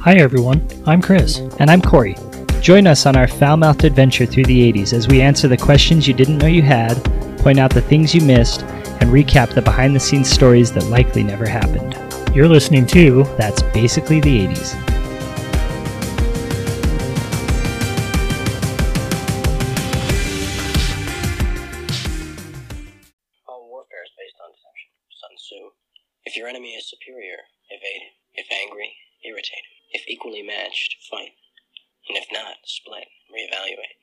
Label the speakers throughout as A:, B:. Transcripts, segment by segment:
A: Hi, everyone. I'm Chris.
B: And I'm Corey. Join us on our foul mouthed adventure through the 80s as we answer the questions you didn't know you had, point out the things you missed, and recap the behind the scenes stories that likely never happened.
A: You're listening to
B: That's basically the 80s.
C: All warfare is based on deception. Sun Tzu. If your enemy is superior, evade him. If angry, irritate him. If equally matched, fight. And if not, split. Reevaluate.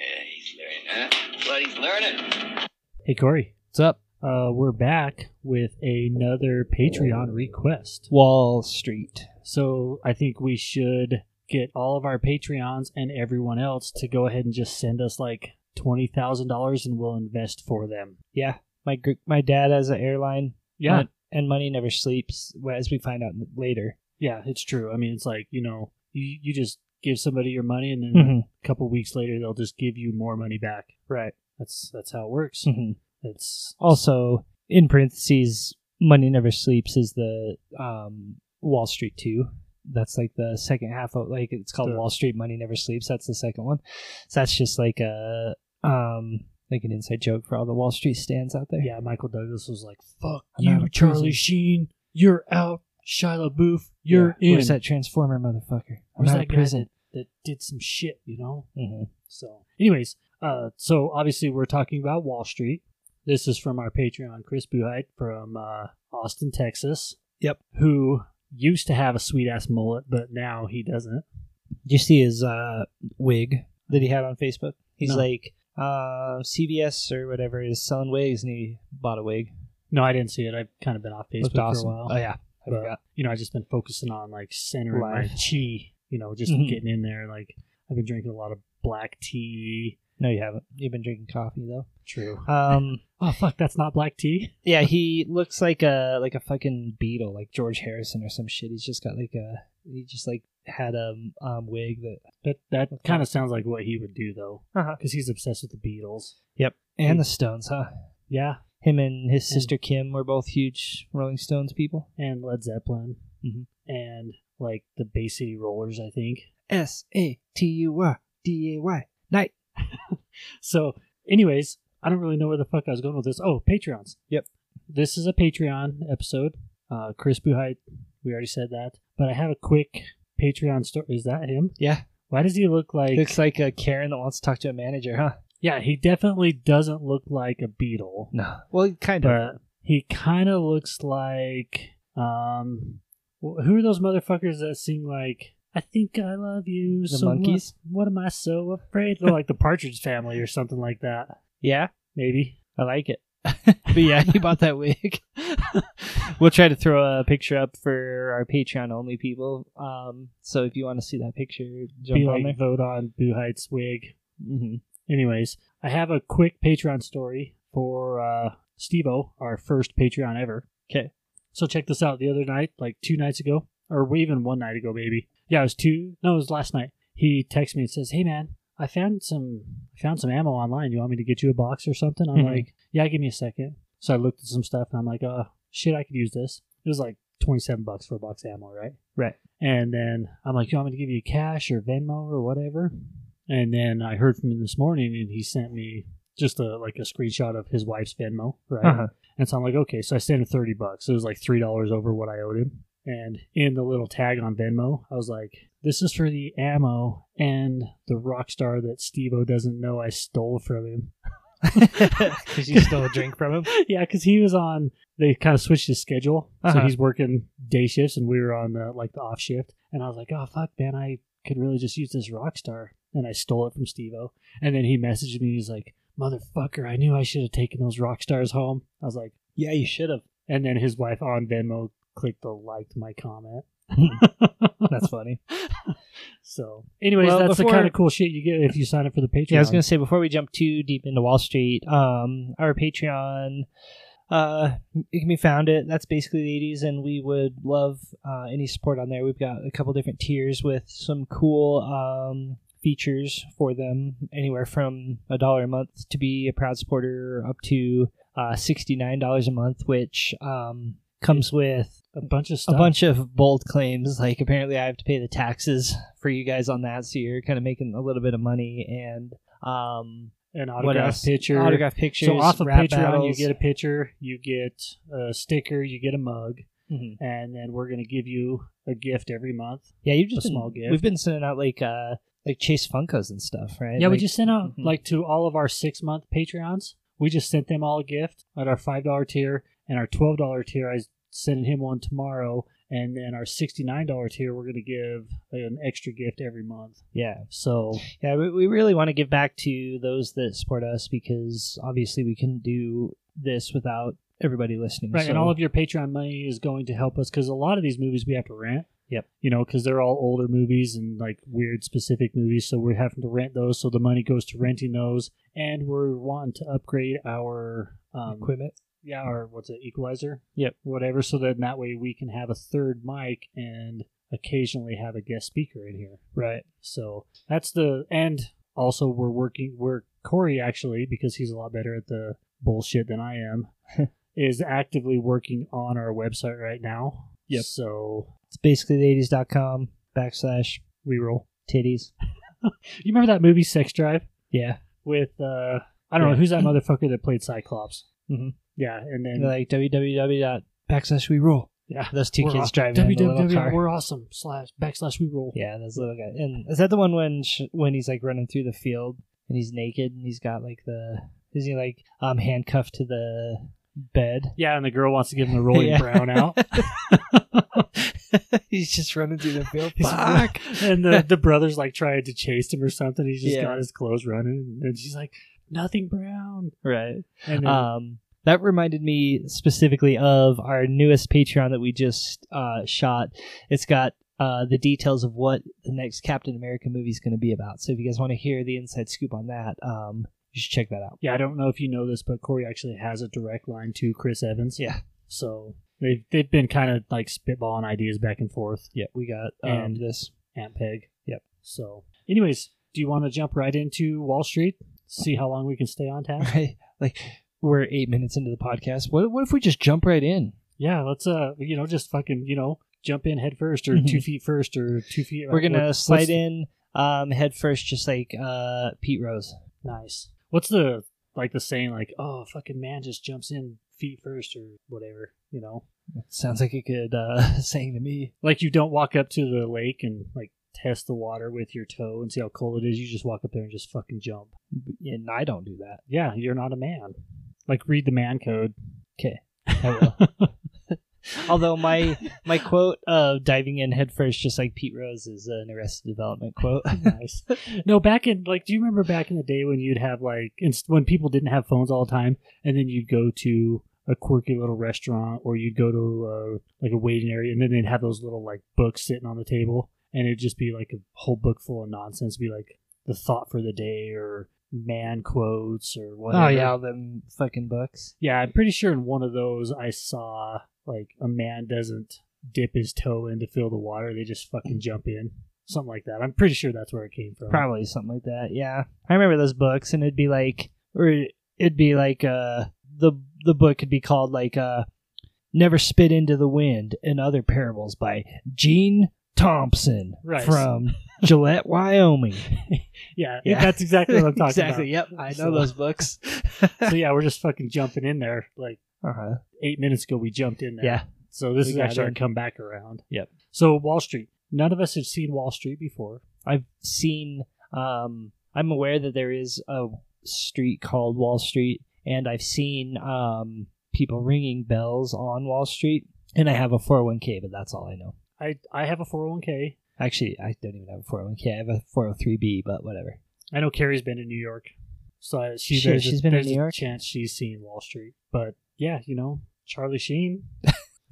D: Yeah, he's learning, huh? But he's learning.
A: Hey, Corey.
E: What's up?
A: Uh, we're back with another Patreon request.
E: Wall Street.
A: So I think we should get all of our Patreons and everyone else to go ahead and just send us like $20,000 and we'll invest for them.
E: Yeah, my gr- my dad has an airline.
A: Yeah.
E: Mon- and money never sleeps, as we find out later.
A: Yeah, it's true. I mean, it's like, you know, you, you just give somebody your money and then
E: Mhm.
A: a couple weeks later they'll just give you more money back.
E: Right.
A: That's that's how it works.
E: Mhm.
A: It's
E: Also, in parentheses, money never sleeps is the um, Wall Street two. That's like the second half of like it's called
A: The-
E: Wall Street. Money never sleeps. That's the second one. So that's just like a um, like an inside joke for all the Wall Street stands out there.
A: yeah, Michael Douglas was like, "Fuck
E: I'm out
A: you,
E: of
A: Charlie
E: prison."
A: Sheen. You're out. Shia LaBeouf, you're
E: Yeah.
A: in."
E: Where's that Transformer motherfucker?
A: Where's
E: I'm out
A: that
E: of prison.
A: guy that, that did some shit, you know?
E: Mhm.
A: So, anyways, uh, so obviously we're talking about Wall Street. This is from our Patreon, Chris Buhite from uh, Austin, Texas.
E: Yep.
A: Who used to have a sweet ass mullet, but now he doesn't.
E: Did you see his uh, wig that he had on Facebook? He's
A: No.
E: like, uh, CVS or whatever is selling wigs, and he bought a wig.
A: No, I didn't see it. I've kind of been off Facebook
E: Looked awesome.
A: for a while.
E: Oh yeah, I
A: But-
E: forgot.
A: you know, I've just been focusing on like centering my
E: Life.
A: chi, you know, just
E: Mhm.
A: getting in there. Like, I've been drinking a lot of black tea.
E: No, you haven't. You've been drinking coffee though.
A: True.
E: Um,
A: Oh, fuck, that's not black tea?
E: yeah, he looks like a like a fucking beetle, like George Harrison or some shit. He's just got like a he just like had a um, wig that
A: That, that kind of sounds like what he would do, though.
E: Uh-huh.
A: Because he's obsessed with the Beatles.
E: and the Stones, huh?
A: Yeah.
E: Him and his sister Kim were both huge Rolling Stones people.
A: and Led Zeppelin,
E: Mhm.
A: and like the Bay City Rollers, I think.
E: S A T U R D A Y. Night.
A: So, anyways, I don't really know where the fuck I was going with this. Oh, Patreons.
E: Yep.
A: This is a Patreon episode. Uh, Chris Buhite, we already said that, but I have a quick Patreon story. Is that him?
E: Yeah.
A: Why does he look like?
E: Looks like a Karen that wants to talk to a manager, huh?
A: yeah, he definitely doesn't look like a beetle,
E: No. Well, kind of.
A: but he kind of looks like um, wh- who are those motherfuckers that sing like? I think I love you.
E: The
A: so much."
E: monkeys?
A: What am I so afraid? They're like the Partridge Family or something like that.
E: Yeah,
A: Maybe.
E: I like it. but yeah, he bought that wig. we'll try to throw a picture up for our Patreon only people. Um, so if you want to see that picture, jump
A: Be
E: on
A: like vote on Boo Heights wig.
E: there. hmm
A: Anyways, I have a quick Patreon story for uh, Stevo, our first Patreon ever.
E: 'Kay.
A: So check this out. The other night, like two nights ago, or even one night ago, maybe. Yeah, it was two. No, it was last night. He texts me and says, "Hey man, I found some I found some ammo online. You want me to get you a box or something?" I'm
E: Mhm.
A: like, "Yeah, give me a second. So I looked at some stuff and I'm like, "Uh, shit, I could use this." It was like twenty seven bucks for a box of ammo, right?
E: Right.
A: And then I'm like, "You want me to give you cash or Venmo or whatever?" And then I heard from him this morning, and he sent me just a like a screenshot of his wife's Venmo, right?
E: Uh-huh.
A: And so I'm like, okay, so I sent him thirty bucks. It was like three dollars over what I owed him. And in the little tag on Venmo, I was like, "This is for the ammo and the rock star that Stevo doesn't know I stole from him."
E: Because you stole a drink from him.
A: yeah, because he was on. They kind of switched his schedule, so
E: Uh-huh.
A: he's working day shifts, and we were on the like the off shift. And I was like, "Oh fuck, man, I could really just use this rock star," and I stole it from Stevo. And then he messaged me. He's like, "Motherfucker, I knew I should have taken those rock stars home." I was like,
E: Yeah, you should have.
A: and then his wife on Venmo clicked the liked my comment.
E: That's funny.
A: so, anyways,
E: Well,
A: that's the
E: before-
A: kind of cool shit you get if you sign up for the Patreon.
E: Yeah, I was gonna say before we jump too deep into Wall Street, um, our Patreon, uh, it can be found at that's basically the '80s, and we would love uh, any support on there. We've got a couple different tiers with some cool um, features for them, anywhere from a dollar a month to be a proud supporter up to uh, sixty nine dollars a month, which um, comes with
A: a bunch of
E: a
A: stuff.
E: bunch of bold claims. Like apparently, I have to pay the taxes for you guys on that, so you're kind of making a little bit of money. And um,
A: an
E: what
A: autograph
E: else?
A: picture.
E: autograph pictures.
A: so off of
E: rap
A: Patreon,
E: battles.
A: you get a picture, you get a sticker, you get a mug,
E: Mhm.
A: and then we're gonna give you a gift every month.
E: yeah, you've just
A: a
E: been-
A: small gift.
E: We've been sending out like uh like Chase Funkos and stuff, right?
A: Yeah, we
E: Like,
A: just sent out
E: Mhm.
A: like mm-hmm. to all of our six month Patreons. We just sent them all a gift at our five dollar tier and our twelve dollar tier. I sending him one tomorrow, and then our sixty nine dollar tier. We're gonna give an extra gift every month.
E: yeah.
A: So
E: Yeah, we, we really want to give back to those that support us because obviously we couldn't do this without everybody listening.
A: right,
E: so,
A: and all of your Patreon money is going to help us because a lot of these movies we have to rent.
E: Yep.
A: You know, because they're all older movies and like weird specific movies, so we're having to rent those. So the money goes to renting those, and we're wanting to upgrade our um,
E: equipment.
A: yeah, or what's it, equalizer?
E: Yep.
A: Whatever, so that that way we can have a third mic and occasionally have a guest speaker in here.
E: Right.
A: So that's the and also we're working we're Corey actually, because he's a lot better at the bullshit than I am, is actively working on our website right now.
E: Yep.
A: So
E: It's basically the80s.com backslash
A: we roll.
E: titties.
A: You remember that movie Sex Drive
E: Yeah.
A: with uh I don't know
E: Yeah.
A: who's that motherfucker that played Cyclops?
E: Mhm.
A: Mm-hmm. Yeah, and then
E: And like www. backslash we rule.
A: yeah.
E: Those two
A: We're
E: kids
A: aw-
E: driving in the little
A: www.
E: car.
A: We're awesome slash backslash we roll.
E: Yeah, those little guy. And is that the one when sh- when he's like running through the field and he's naked and he's got like the is he like um handcuffed to the bed?
A: Yeah, and the girl wants to give him the rolling
E: Yeah.
A: brown out.
E: he's just running through the field.
A: He's-
E: Fuck.
A: and the, the brother's like trying to chase him or something. He's just
E: Yeah.
A: got his clothes running. And she's like, nothing brown.
E: Right.
A: And then,
E: Um, that reminded me specifically of our newest Patreon that we just uh, shot. It's got uh, the details of what the next Captain America movie is going to be about. So if you guys want to hear the inside scoop on that, um, you should check that out.
A: yeah, I don't know if you know this, but Corey actually has a direct line to Chris Evans.
E: Yeah.
A: So they've, they've been kind of like spitballing ideas back and forth.
E: Yeah, we got um,
A: And-
E: this.
A: Aunt Peg.
E: Yep.
A: So, anyways, do you want to jump right into Wall Street? See how long we can stay on task?
E: Right, like we're eight minutes into the podcast. What what if we just jump right in?
A: yeah, let's, uh, you know, just fucking, you know, jump in head first or
E: Mhm.
A: two feet first or two feet.
E: We're gonna
A: what-
E: slide
A: what's-
E: in um, head first, just like uh, Pete Rose.
A: Nice. What's the like the saying like, oh fucking man just jumps in feet first or whatever, you know?
E: Sounds like a good uh, saying to me.
A: Like you don't walk up to the lake and like test the water with your toe and see how cold it is, you just walk up there and just fucking jump.
E: And I don't do that.
A: Yeah, you're not a man. Like read the man code.
E: I will. Although my my quote of diving in headfirst, just like Pete Rose, is an Arrested Development quote.
A: Nice. no, back in like do you remember back in the day when you'd have like inst- when people didn't have phones all the time and then you'd go to a quirky little restaurant or you'd go to uh, like a waiting area and then they'd have those little like books sitting on the table and it'd just be like a whole book full of nonsense be like the thought for the day or man quotes or whatever
E: oh yeah, all them fucking books.
A: yeah i'm pretty sure in one of those i saw like a man doesn't dip his toe in to fill the water they just fucking jump in something like that i'm pretty sure that's where it came from
E: Probably something like that. Yeah, I remember those books, and it'd be like, or it'd be like, uh, the the book could be called like, uh, "Never Spit into the Wind" and other parables by Gene Thompson
A: Right.
E: from Gillette, Wyoming.
A: Yeah,
E: Yeah.
A: that's exactly what I'm talking
E: exactly. Yep, I know
A: So-
E: those books.
A: about. So yeah, we're just fucking jumping in there. Like
E: uh-huh.
A: eight minutes ago, we jumped in there.
E: Yeah.
A: So this
E: We
A: is
E: got
A: actually our
E: in.
A: comeback around.
E: Yep.
A: So Wall Street. None of us have seen Wall Street before.
E: I've seen. Um, I'm aware that there is a street called Wall Street, and I've seen um, people ringing bells on Wall Street. And I have a 401k, but that's all I know.
A: I I have a 401k.
E: Actually, I don't even have a 401k. I have a 403b, but whatever.
A: I know Carrie's been in New York, so I- she,
E: Shit,
A: there's
E: she's
A: a,
E: been in
A: there's
E: New
A: a
E: York?
A: Chance she's seen Wall Street, but yeah, you know Charlie Sheen.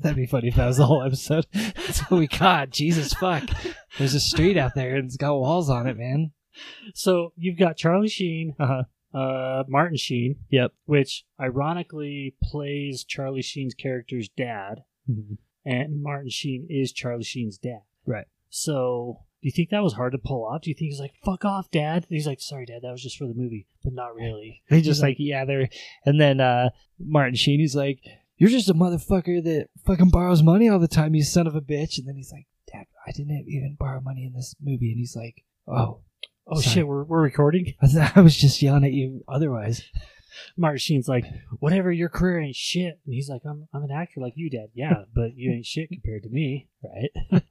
E: That'd be funny if that was the whole episode. that's what we got. Jesus fuck. There's a street out there and it's got walls on it, man.
A: So you've got Charlie Sheen,
E: Uh huh.
A: uh, Martin Sheen,
E: Yep.
A: which ironically plays Charlie Sheen's character's dad. and Martin Sheen is Charlie Sheen's dad.
E: Mm-hmm. Right.
A: So do you think that was hard to pull off? Do you think he's like, fuck off, dad? And he's like, sorry, dad, that was just for the movie, but not really.
E: They just like, yeah, they're. And then uh, Martin Sheen, he's like, "You're just a motherfucker that fucking borrows money all the time, you son of a bitch." And then he's like, "Dad, I didn't even borrow money in this movie." And he's like, "Oh,
A: Oh
E: Sorry.
A: shit, we're, we're recording.
E: I, th- I was just yelling at you otherwise."
A: Martin Sheen's like, whatever your career ain't shit, and he's like, I'm I'm an actor like you, Dad. Yeah, but you ain't shit compared to me, right?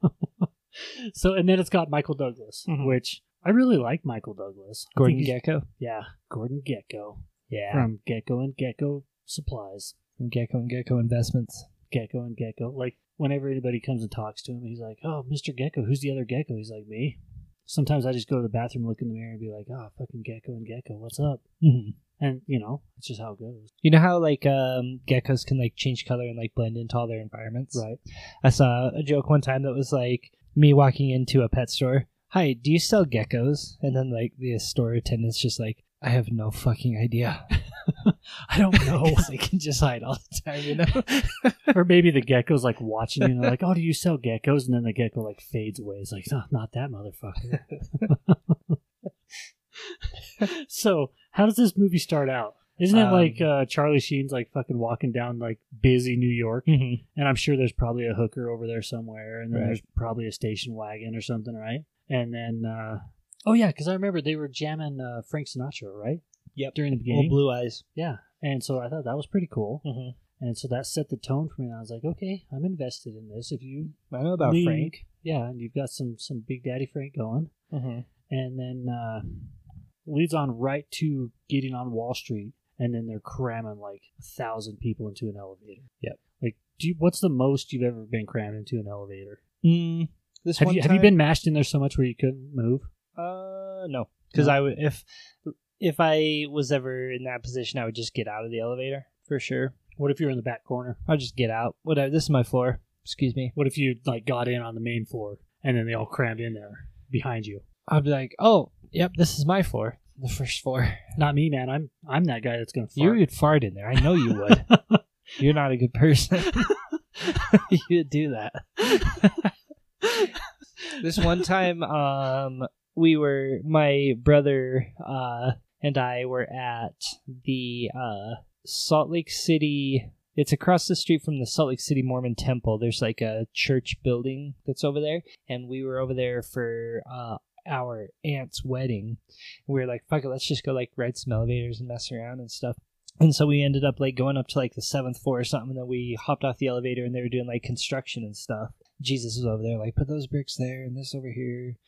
A: so and then it's got Michael Douglas,
E: Mhm.
A: which I really like Michael Douglas. I
E: Gordon
A: think he's-
E: Gecko,
A: yeah, Gordon Gecko
E: yeah,
A: from Gecko and Gecko Supplies.
E: from Gecko and Gecko Investments.
A: Gecko and Gecko. Like whenever anybody comes and talks to him, he's like, "Oh, Mr. Gecko, who's the other Gecko?" He's like, "Me." Sometimes I just go to the bathroom, look in the mirror, and be like, "Oh, fucking Gecko and Gecko, what's up?"
E: Mhm.
A: And you know, it's just how it goes.
E: You know how like um, geckos can like change color and like blend into all their environments.
A: Right.
E: I saw a joke one time that was like me walking into a pet store. Hi, do you sell geckos? And then like the store attendant's just like, I have no fucking idea.
A: I don't know.
E: 'Cause they can just hide all the time, you know.
A: or maybe the gecko's like watching you and they're like, "Oh, do you sell geckos?" And then the gecko like fades away. It's like, "No, not that motherfucker." so, how does this movie start out? Isn't it
E: Um,
A: like uh, Charlie Sheen's like fucking walking down like busy New York?
E: Mhm.
A: And I'm sure there's probably a hooker over there somewhere, and then
E: Right.
A: there's probably a station wagon or something, right? And then, uh, oh yeah, because I remember they were jamming uh, Frank Sinatra, right?
E: Yep.
A: During the
E: Little
A: beginning,
E: blue eyes.
A: yeah. And so I thought that was pretty cool,
E: Mm-hmm.
A: and so that set the tone for me. And I was like, okay, I'm invested in this. If you
E: I don't know about
A: lead-
E: Frank.
A: yeah, and you've got some some Big Daddy Frank going,
E: Mm-hmm.
A: and then uh, leads on right to getting on Wall Street, and then they're cramming like a thousand people into an elevator.
E: Yep.
A: Like, do you, what's the most you've ever been crammed into an elevator?
E: Mm, this
A: Have
E: one
A: you, have you
E: time-
A: been mashed in there so much where you couldn't move?
E: Uh, no, because
A: No?
E: I would if if I was ever in that position, I would just get out of the elevator for sure.
A: What if you're in the back corner?
E: I'll just get out. Whatever. This is my floor. Excuse me.
A: What if you like got in on the main floor and then they all crammed in there behind you?
E: I'll be like, oh, yep, this is my floor, the first floor.
A: Not me, man. I'm I'm that guy that's gonna fart.
E: You e- would fart in there. I know you would. You're not a good person. You'd do that. this one time, um, we were my brother uh, and I were at the uh, Salt Lake City. It's across the street from the Salt Lake City Mormon Temple. There's like a church building that's over there, and we were over there for uh, our aunt's wedding. We were like, "Fuck it, let's just go like ride some elevators and mess around and stuff." And so we ended up like going up to like the seventh floor or something, and then we hopped off the elevator and they were doing like construction and stuff. Jesus was over there, like, put those bricks there and this over here.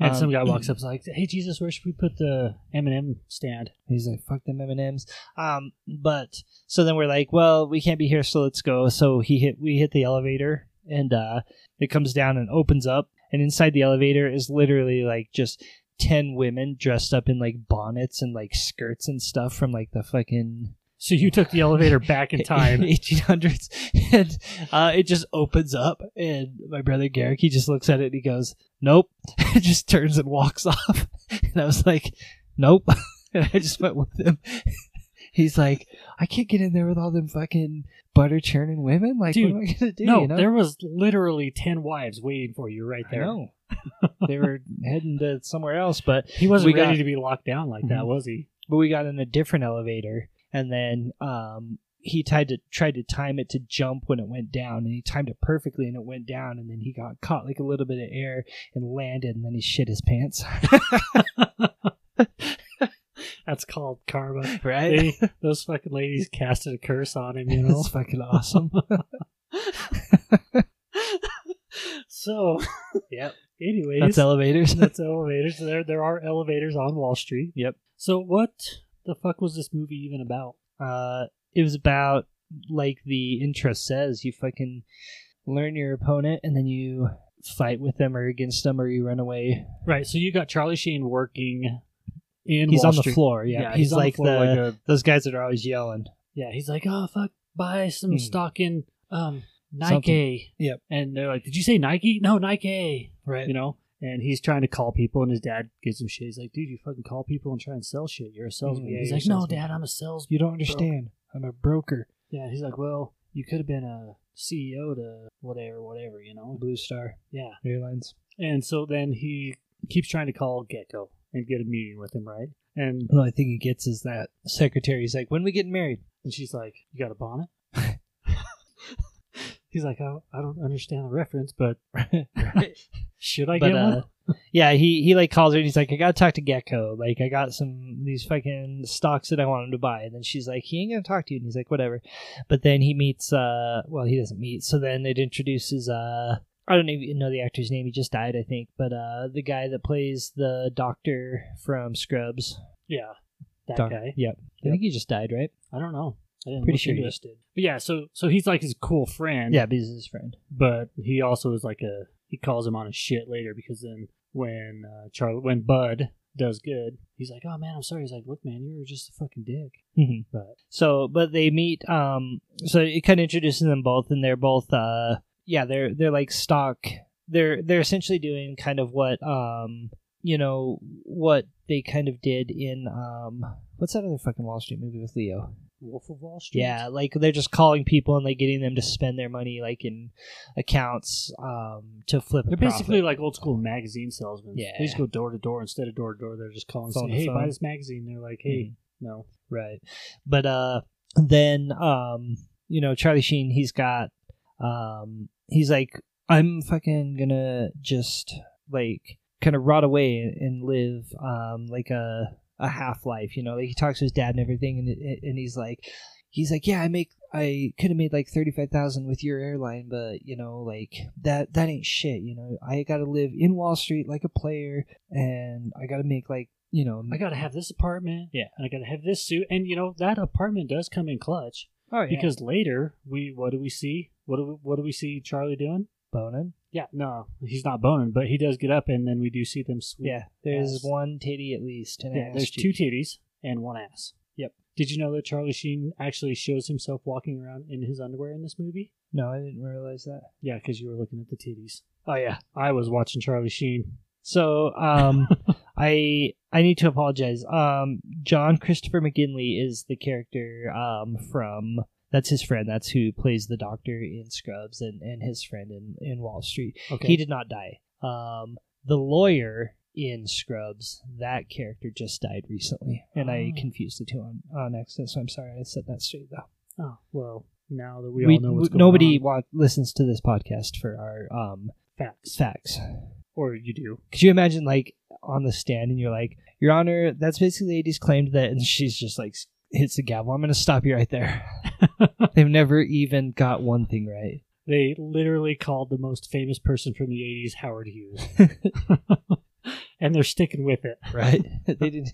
A: and
E: Um,
A: some guy walks up and is like, Hey Jesus, where should we put the M and M stand?
E: He's like, "Fuck them M and M's." Um, but so then we're like, "Well, we can't be here, so let's go." So he hit, we hit the elevator, and uh, it comes down and opens up, and inside the elevator is literally like just ten women dressed up in like bonnets and like skirts and stuff from like the fucking
A: So you took the elevator back in time.
E: 1800s and uh, it just opens up and my brother garrick he just looks at it and he goes nope and just turns and walks off and i was like nope and i just went with him he's like i can't get in there with all them fucking butter churning women like
A: Dude,
E: what am i gonna do
A: no,
E: you know
A: there was literally ten wives waiting for you right
E: I
A: there.
E: know. they were heading to somewhere else but
A: He wasn't
E: We
A: ready
E: got-
A: to be locked down like that,
E: Mhm.
A: was he?
E: but we got in a different elevator and then um he tried to tried to time it to jump when it went down and he timed it perfectly and it went down and then he got caught like a little bit of air and landed and then he shit his pants
A: That's called karma.
E: right
A: They, those fucking ladies casted a curse on him, you know.
E: it's fucking awesome
A: so,
E: Yep.
A: Anyways,
E: that's elevators
A: that's elevators. There, there are elevators on Wall Street.
E: Yep.
A: So, what the fuck was this movie even about?
E: uh it was about like the intro says you fucking learn your opponent and then you fight with them or against them or you run away
A: Right. So you got Charlie Sheen working in.
E: he's
A: Wall
E: on the
A: Street.
E: floor yeah, he's,
A: on
E: like the,
A: floor like a-
E: those guys that are always yelling
A: yeah. He's like, oh fuck, buy some
E: Hmm.
A: stock in um
E: Something.
A: Nike.
E: Yep.
A: And they're like, did you say Nike? No, Nike.
E: right
A: You know. And he's trying to call people, and his dad gives him shit. He's like, "Dude, you fucking call people and try and sell shit. You're a salesman."
E: yeah,
A: he's
E: you're
A: like,
E: a
A: "No,
E: salesman."
A: dad, I'm a salesman."
E: You don't understand. I'm a broker.
A: Yeah, he's like, well, you could have been a CEO to whatever, whatever, you know?
E: Blue Star
A: Yeah.
E: Airlines.
A: And so then he keeps trying to call Gecko and get a meeting with him, right? And,
E: The only thing he gets is that secretary's like, when we get married?
A: and she's like, you got a bonnet? He's like, oh, I don't understand the reference, but should I
E: but
A: get
E: uh,
A: one?
E: yeah, he he like calls her and he's like, I gotta talk to Gecko. Like, I got some these fucking stocks that I want him to buy. And then she's like, he ain't gonna talk to you. And he's like, whatever. But then he meets. uh Well, he doesn't meet. So then it introduces. uh I don't even know the actor's name. He just died, I think. But uh the guy that plays the doctor from Scrubs.
A: Yeah, that
E: Doc-
A: guy.
E: Yep. I
A: Yep.
E: think he just died, right?
A: I don't know. I didn't
E: Pretty
A: look
E: sure
A: into
E: he
A: it.
E: just did.
A: But yeah, so so he's like his cool friend.
E: Yeah, but he's his friend.
A: but he also is like a he calls him on his shit later because then when uh, Charlie when Bud does good, he's like, "Oh man, I'm sorry." He's like, "Look, man, you were just a fucking dick."
E: hmm
A: But
E: So, but they meet. Um, so it kind of introduces them both, and they're both. Uh, yeah, they're they're like stock. They're they're essentially doing kind of what um you know what they kind of did in um what's that other fucking Wall Street movie with Leo?
A: Wolf of Wall Street.
E: Yeah, like they're just calling people and like getting them to spend their money like in accounts um to flip. a
A: They're basically
E: profit.
A: like old school magazine salesmen.
E: Yeah.
A: They just go door to door instead of door to door. They're just calling,
E: Phone
A: saying,
E: to
A: "Hey, buy
E: phone. Hmm.
A: this magazine." They're like,
E: Mm-hmm.
A: "Hey, no."
E: Right. But uh then um you know Charlie Sheen he's got um he's like I'm fucking going to just like kind of rot away and, and live um like a a half life, you know. Like he talks to his dad and everything and it- and he's like he's like, "Yeah, I make I could have made like 35,000 with your airline, but you know, like that that ain't shit, you know. I got to live in Wall Street like a player and I got to make like, you know,
A: I gotta have this apartment.
E: Hmm. Yeah.
A: and I gotta have this suit, and you know that apartment does come in clutch
E: oh, yeah.
A: because later we what do we see? What do we, what do we see Charlie doing?
E: Bonin.
A: Yeah, no, he's not boning, but he does get up, and then we do see them. Sweep.
E: Yeah, there's
A: ass.
E: one titty at least. And
A: Yeah, there's two titties and one ass. Yep. Did you know that Charlie Sheen actually shows himself walking around in his underwear in this movie?
E: No, I didn't realize that.
A: Yeah, because you were looking at the titties.
E: Oh yeah.
A: I was watching Charlie Sheen.
E: So um, I I need to apologize. Um, John Christopher McGinley is the character um from that's his friend. That's who plays the doctor in Scrubs and and his friend in in Wall Street.
A: Okay.
E: He did not die. Um, the lawyer in Scrubs, that character just died recently, and I
A: Ah.
E: confused the two on on accident. So I'm sorry I said that straight though.
A: oh well, now that we,
E: We-
A: all know
E: we-
A: what's going
E: nobody
A: on,
E: wa- listens to this podcast for our um,
A: facts,
E: facts.
A: or you do.
E: Could you imagine, like, on the stand, and you're like, "Your Honor, that's basically lady's claimed that," and she's just like s- hits the gavel. I'm going to stop you right there. They've never even got one thing right.
A: They literally called the most famous person from the '80s Howard Hughes, and they're sticking with it.
E: Right? they did.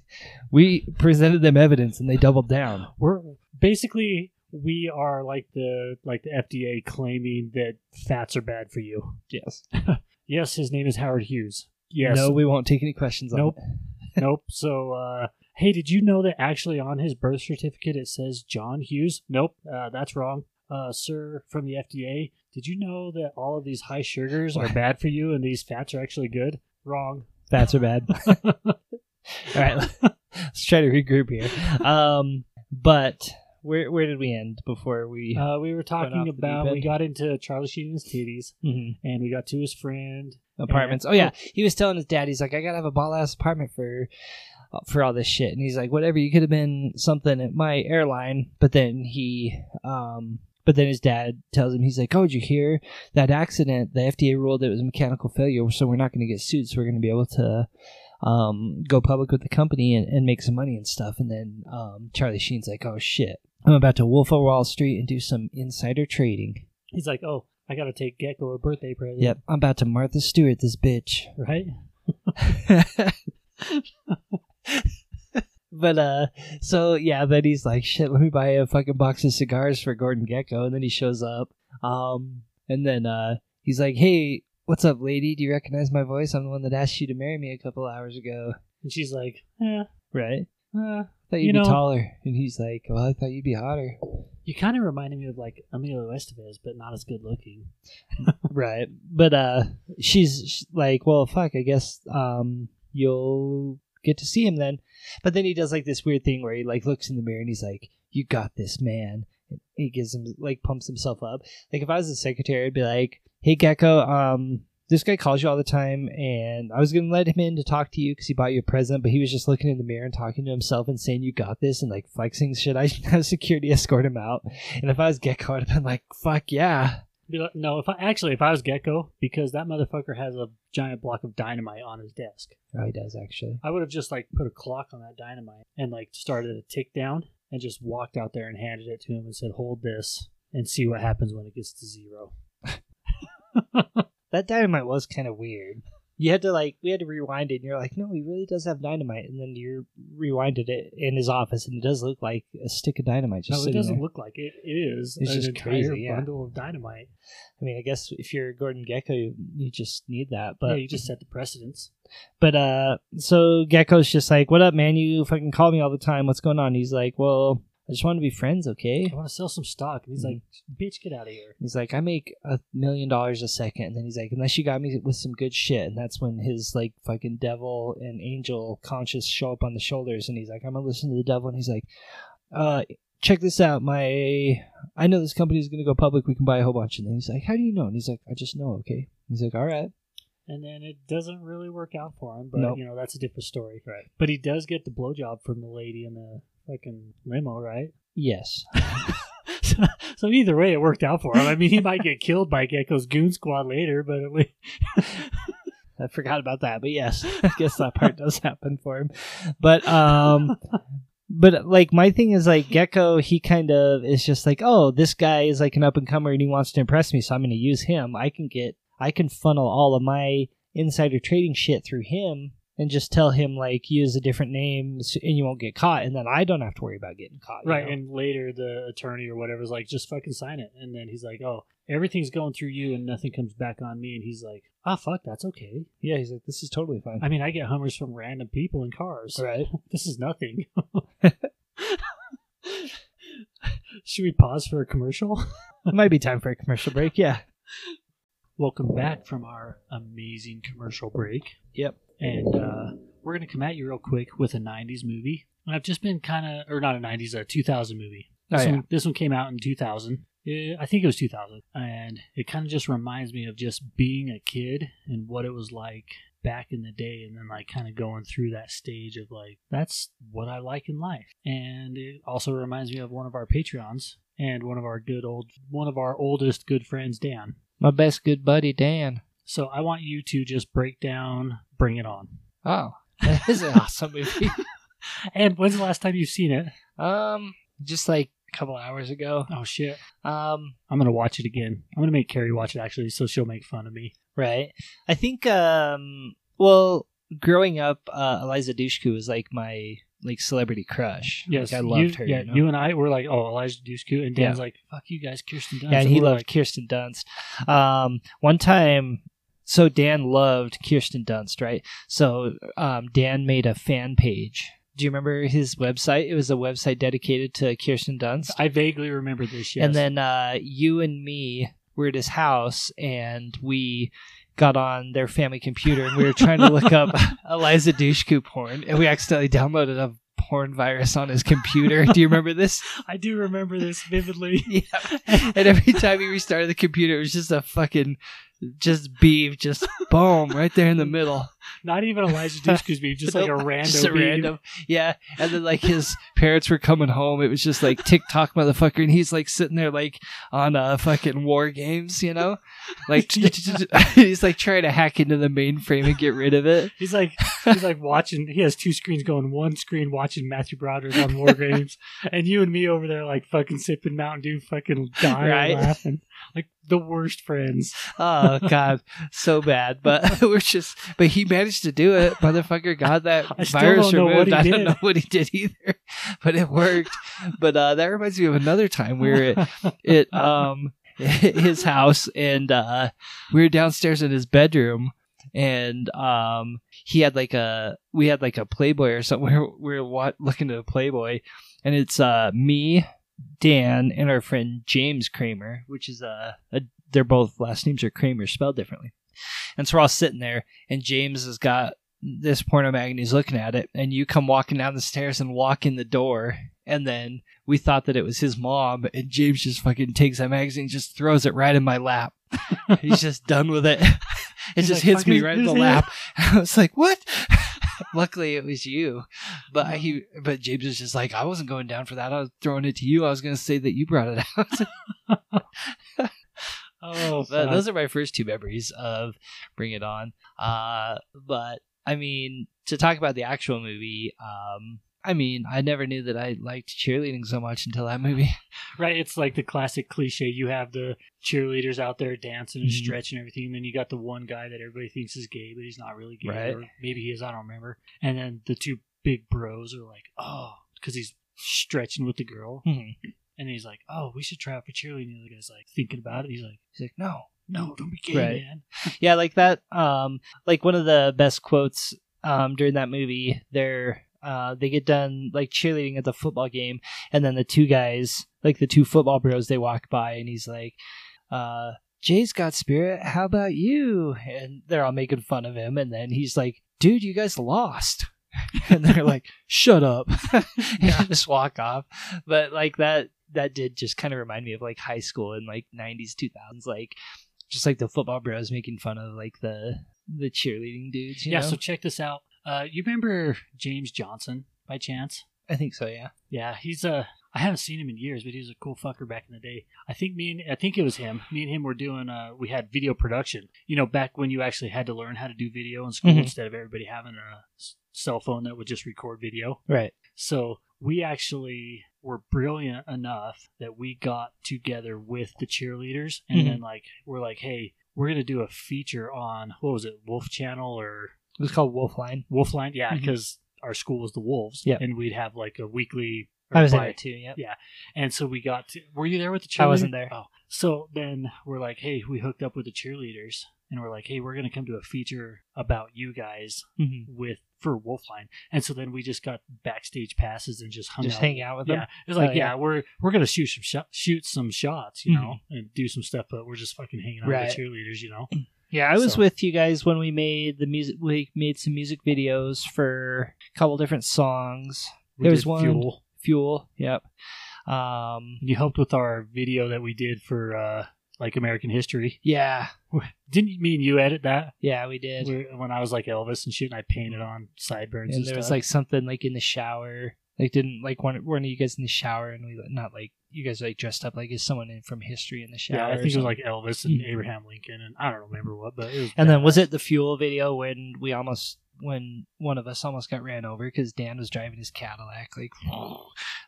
E: We presented them evidence, and they doubled down.
A: we're basically we are like the like the FDA claiming that fats are bad for you.
E: Yes.
A: Yes, his name is Howard Hughes. Yes.
E: No, we won't take any questions
A: Nope.
E: on it.
A: nope. So uh hey, did you know that actually on his birth certificate it says John Hughes? Nope. Uh, that's wrong. Uh sir from the FDA, did you know that all of these high sugars are bad for you and these fats are actually good? Wrong.
E: Fats are bad. All right, let's try to regroup here. Um, but where where did we end before we?
A: Uh, we were
E: off
A: talking
E: the deep
A: about we
E: end.
A: got into Charlie Sheen and his titties
E: Mhm.
A: and we got to his friend
E: apartments. Oh yeah, he was telling his dad, he's like, I gotta have a ball ass apartment for for all this shit, and he's like, whatever, you could have been something at my airline, but then he, um, but then his dad tells him, he's like, oh, did you hear that accident? The FDA ruled it was a mechanical failure, so we're not gonna get sued, so we're gonna be able to. Um, go public with the company and, and make some money and stuff. And then um, Charlie Sheen's like, "Oh shit, I'm about to wolf of Wall Street and do some insider trading."
A: He's like, oh, I gotta take Gecko a birthday present.
E: Yep, I'm about to Martha Stewart this bitch.
A: Right?
E: but uh so yeah then he's like shit let me buy a fucking box of cigars for gordon gecko and then he shows up um and then uh he's like hey what's up lady do you recognize my voice i'm the one that asked you to marry me a couple hours ago
A: And she's like, eh,
E: right
A: uh,
E: thought you'd
A: You
E: be
A: know-
E: taller and he's like well i thought you'd be hotter
A: you kind of reminded me of like Emilio Estevez, but not as good looking.
E: right but uh she's sh- like well fuck i guess um you'll get to see him then but then he does like this weird thing where he like looks in the mirror and he's like you got this man and he gives him like pumps himself up like if i was the secretary i'd be like hey gecko um this guy calls you all the time and i was gonna let him in to talk to you because he bought you a present but he was just looking in the mirror and talking to himself and saying you got this and like flexing shit i should have security escort him out and if i was gecko i'd have been like fuck yeah
A: Be like, no, if I actually, if I was Gecko, because that motherfucker has a giant block of dynamite on his desk.
B: Oh, he does actually.
A: I would have just like put a clock on that dynamite and like started a tick down and just walked out there and handed it to him and said, "Hold this and see what happens when it gets to zero.
E: That dynamite was kind of weird. You had to like we had to rewind it, and you're like, no, he really does have dynamite, and then you rewinded it in his office, and it does look like a stick of dynamite just
A: No, it
E: sitting
A: doesn't
E: there.
A: look like it. It is
E: It's
A: an
E: just
A: entire
E: crazy, yeah.
A: bundle of dynamite.
E: I mean, I guess if you're Gordon Gecko, you, you just need that. But
A: yeah, you just set the precedence.
E: But uh, so Gecko's just like, "What up, man? You fucking call me all the time. What's going on?" He's like, "Well, I just want to be friends, okay?"
A: I want to sell some stock, and he's like,
E: Mm-hmm.
A: "Bitch, get out of here."
E: He's like, "I make a million dollars a second. and then he's like, "Unless you got me with some good shit," and that's when his like fucking devil and angel conscious show up on the shoulders, and he's like, "I'm gonna listen to the devil," and he's like, "Uh." Check this out. My, I know this company is going to go public. We can buy a whole bunch. And then he's like, "How do you know?" And he's like, "I just know." Okay. He's like, "All right."
A: And then it doesn't really work out for him, but
E: Nope.
A: you know that's a different story. Right. But he does get the blowjob from the lady in the fucking limo, right?
E: Yes.
A: so, so either way, it worked out for him. I mean, he might get killed by Gecko's goon squad later, but at least
E: I forgot about that, but yes, I guess that part does happen for him. But um but like my thing is like Gecko, he kind of is just like, "Oh, this guy is like an up and comer and he wants to impress me, so I'm going to use him. I can get I can funnel all of my insider trading shit through him." And just tell him like use a different name s- and you won't get caught, and then I don't have to worry about getting caught. you
A: Right,
E: know?
A: and later the attorney or whatever's like, just fucking sign it. And then he's like, oh, everything's going through you and nothing comes back on me. And he's like, ah, fuck, that's okay.
E: yeah, he's like, this is totally fine.
A: I mean, I get hummers from random people and cars.
E: right?
A: This is nothing. Should we pause for a commercial?
E: it might be time for a commercial break. Yeah.
A: Welcome back from our amazing commercial break.
E: Yep.
A: And uh, we're going to come at you real quick with a 90s movie. And I've just been kind of, or not a 90s, a 2000 movie.
E: Oh,
A: This,
E: yeah.
A: one, this one came out in 2000. Eh, I think it was 2000. And it kind of just reminds me of just being a kid and what it was like back in the day and then like kind of going through that stage of like that's what I like in life. And it also reminds me of one of our Patreons and one of our good old one of our oldest good friends Dan.
E: My best good buddy Dan.
A: So I want you to just break down Bring It On.
E: Oh, that is an awesome movie.
A: And when's the last time you've seen it?
E: Um, just like a couple hours ago.
A: Oh shit.
E: Um,
A: I'm going to watch it again. I'm going to make Carrie watch it actually so she'll make fun of me.
E: right. I think um, well, growing up, uh, Eliza Dushku was like my like celebrity crush.
A: Yes,
E: like, I
A: you-
E: loved her.
A: Yeah,
E: you, know?
A: and I were like, oh, Elijah Dushku, and Dan's like, fuck you guys, Kirsten Dunst.
E: yeah, and he
A: we're
E: loved
A: like,
E: Kirsten Dunst. Um, one time, so Dan loved Kirsten Dunst, right? So um, Dan made a fan page. Do you remember his website? It was a website dedicated to Kirsten Dunst.
A: I vaguely remember this. Yes.
E: And then uh, you and me were at his house, and we got on their family computer, and we were trying to look up Eliza Dushku porn, and we accidentally downloaded a porn virus on his computer. Do you remember this?
A: I do remember this vividly.
E: yeah. And every time he restarted the computer, it was just a fucking just beam, just boom, right there in the middle.
A: Not even Elijah Dushku's beef, just like a
E: Nope,
A: random.
E: just a
A: beef.
E: random- yeah. And then like his parents were coming home. It was just like TikTok motherfucker, and he's like sitting there like on uh fucking war games, you know, like he's like trying to hack into the mainframe and get rid of it.
A: He's like he's like watching. He has two screens going. One screen watching Matthew Broderick on War Games, and you and me over there like fucking sipping Mountain Dew, fucking dying
E: Right.
A: laughing, like the worst friends.
E: Oh god, so bad. But we're just, but he managed to do it, motherfucker. Got that
A: I still
E: virus
A: don't know
E: removed.
A: what
E: I
A: he
E: don't
A: did.
E: know what he did either, but it worked. But uh, that reminds me of another time we were at it um his house and uh we were downstairs in his bedroom and um he had like a we had like a playboy or something we were, we were wa- looking at a playboy and it's uh me dan and our friend james kramer which is uh a they're both last names are kramer spelled differently and so we're all sitting there and james has got this porno mag and he's looking at it and you come walking down the stairs and walk in the door and then we thought that it was his mom, and James just fucking takes that magazine, just throws it right in my lap. He's just done with it. It
A: He's
E: just
A: like,
E: hits me
A: "Fucking-
E: right in the
A: who's
E: lap. I was like, "What?" Luckily, it was you, but he, but James was just like, "I wasn't going down for that. I was throwing it to you. I was going to say that you brought it out."
B: Oh,
F: Th-
B: fuck.
F: those are my first two memories of Bring It On. Uh, but I mean, to talk about the actual movie, um, I mean, I never knew that I liked cheerleading so much until that movie.
A: Right, it's like the classic cliche. You have the cheerleaders out there dancing and
F: Mhm.
A: stretching and everything, and then you got the one guy that everybody thinks is gay, but he's not really gay.
F: Right.
A: Or maybe he is, I don't remember. And then the two big bros are like, oh, because he's stretching with the girl.
F: Mhm.
A: And he's like, oh, we should try out for cheerleading. And the guy's like, thinking about it. He's like,
F: He's like, no,
A: no, don't be gay,
F: Right.
A: man.
E: yeah, like that. Um, like one of the best quotes um, during that movie. They're uh, they get done like cheerleading at the football game, and then the two guys, like the two football bros, they walk by, and he's like, uh, "Jay's got spirit. How about you?" And they're all making fun of him, and then he's like, "Dude, you guys lost." and they're like, "Shut up!" and just walk off. But like that, that did just kind of remind me of like high school and like '90s, 2000s, like just like the football bros making fun of like the the cheerleading dudes. You
A: yeah,
E: know?
A: so check this out. Uh, you remember James Johnson by chance?
E: I think so. Yeah,
A: Yeah, he's a. I haven't seen him in years, but he was a cool fucker back in the day. I think me and I think it was him. Me and him were doing. Uh, we had video production. You know, back when you actually had to learn how to do video in school
E: Mhm.
A: instead of everybody having a s- cell phone that would just record video.
E: right.
A: So we actually were brilliant enough that we got together with the cheerleaders, and
E: Mhm.
A: then like we're like, hey, we're gonna do a feature on what was it, Wolf Channel or
E: It was called Wolf Line.
A: Wolf Line? Yeah,
E: Mhm.
A: because our school was the Wolves,
E: Yeah.
A: and we'd have like a weekly. or
E: I was in
A: bi-
E: it too. Yep.
A: and so we got to, were you there with the cheerleaders?
E: I wasn't there.
A: Oh. So then we're like, hey, we hooked up with the cheerleaders and we're like, hey, we're going to come to a feature about you guys
E: Mhm.
A: with for Wolfline. And so then we just got backstage passes and just hung
E: Just
A: out.
E: hang out with
A: Oh, yeah,
E: them.
A: it's like
E: Oh,
A: yeah,
E: yeah.
A: we're we're gonna shoot some shot, shoot some shots, you know, and do some stuff, but we're just fucking hanging
E: Mm-hmm.
A: out
E: Right.
A: with the cheerleaders, you know.
E: Yeah, I was
A: So-
E: with you guys when we made the music. We made some music videos for a couple different songs.
A: We
E: There's
A: did
E: one-
A: fuel.
E: Fuel. Yep. Um.
A: You helped with our video that we did for uh like American history.
E: Yeah.
A: Didn't you mean you edit that?
E: Yeah, we did.
A: Where- when I was like Elvis and shit, and I painted on sideburns and,
E: and there was
A: stuff.
E: like something like in the shower. Like didn't like one one of you guys in the shower and we not like you guys like dressed up like as someone in from history in the shower.
A: yeah, I
E: or
A: think it was
E: something.
A: like Elvis and
E: Mhm.
A: Abraham Lincoln, and I don't remember what, but it was
E: And then
A: badass.
E: was it the fuel video when we almost when one of us almost got ran over because Dan was driving his Cadillac like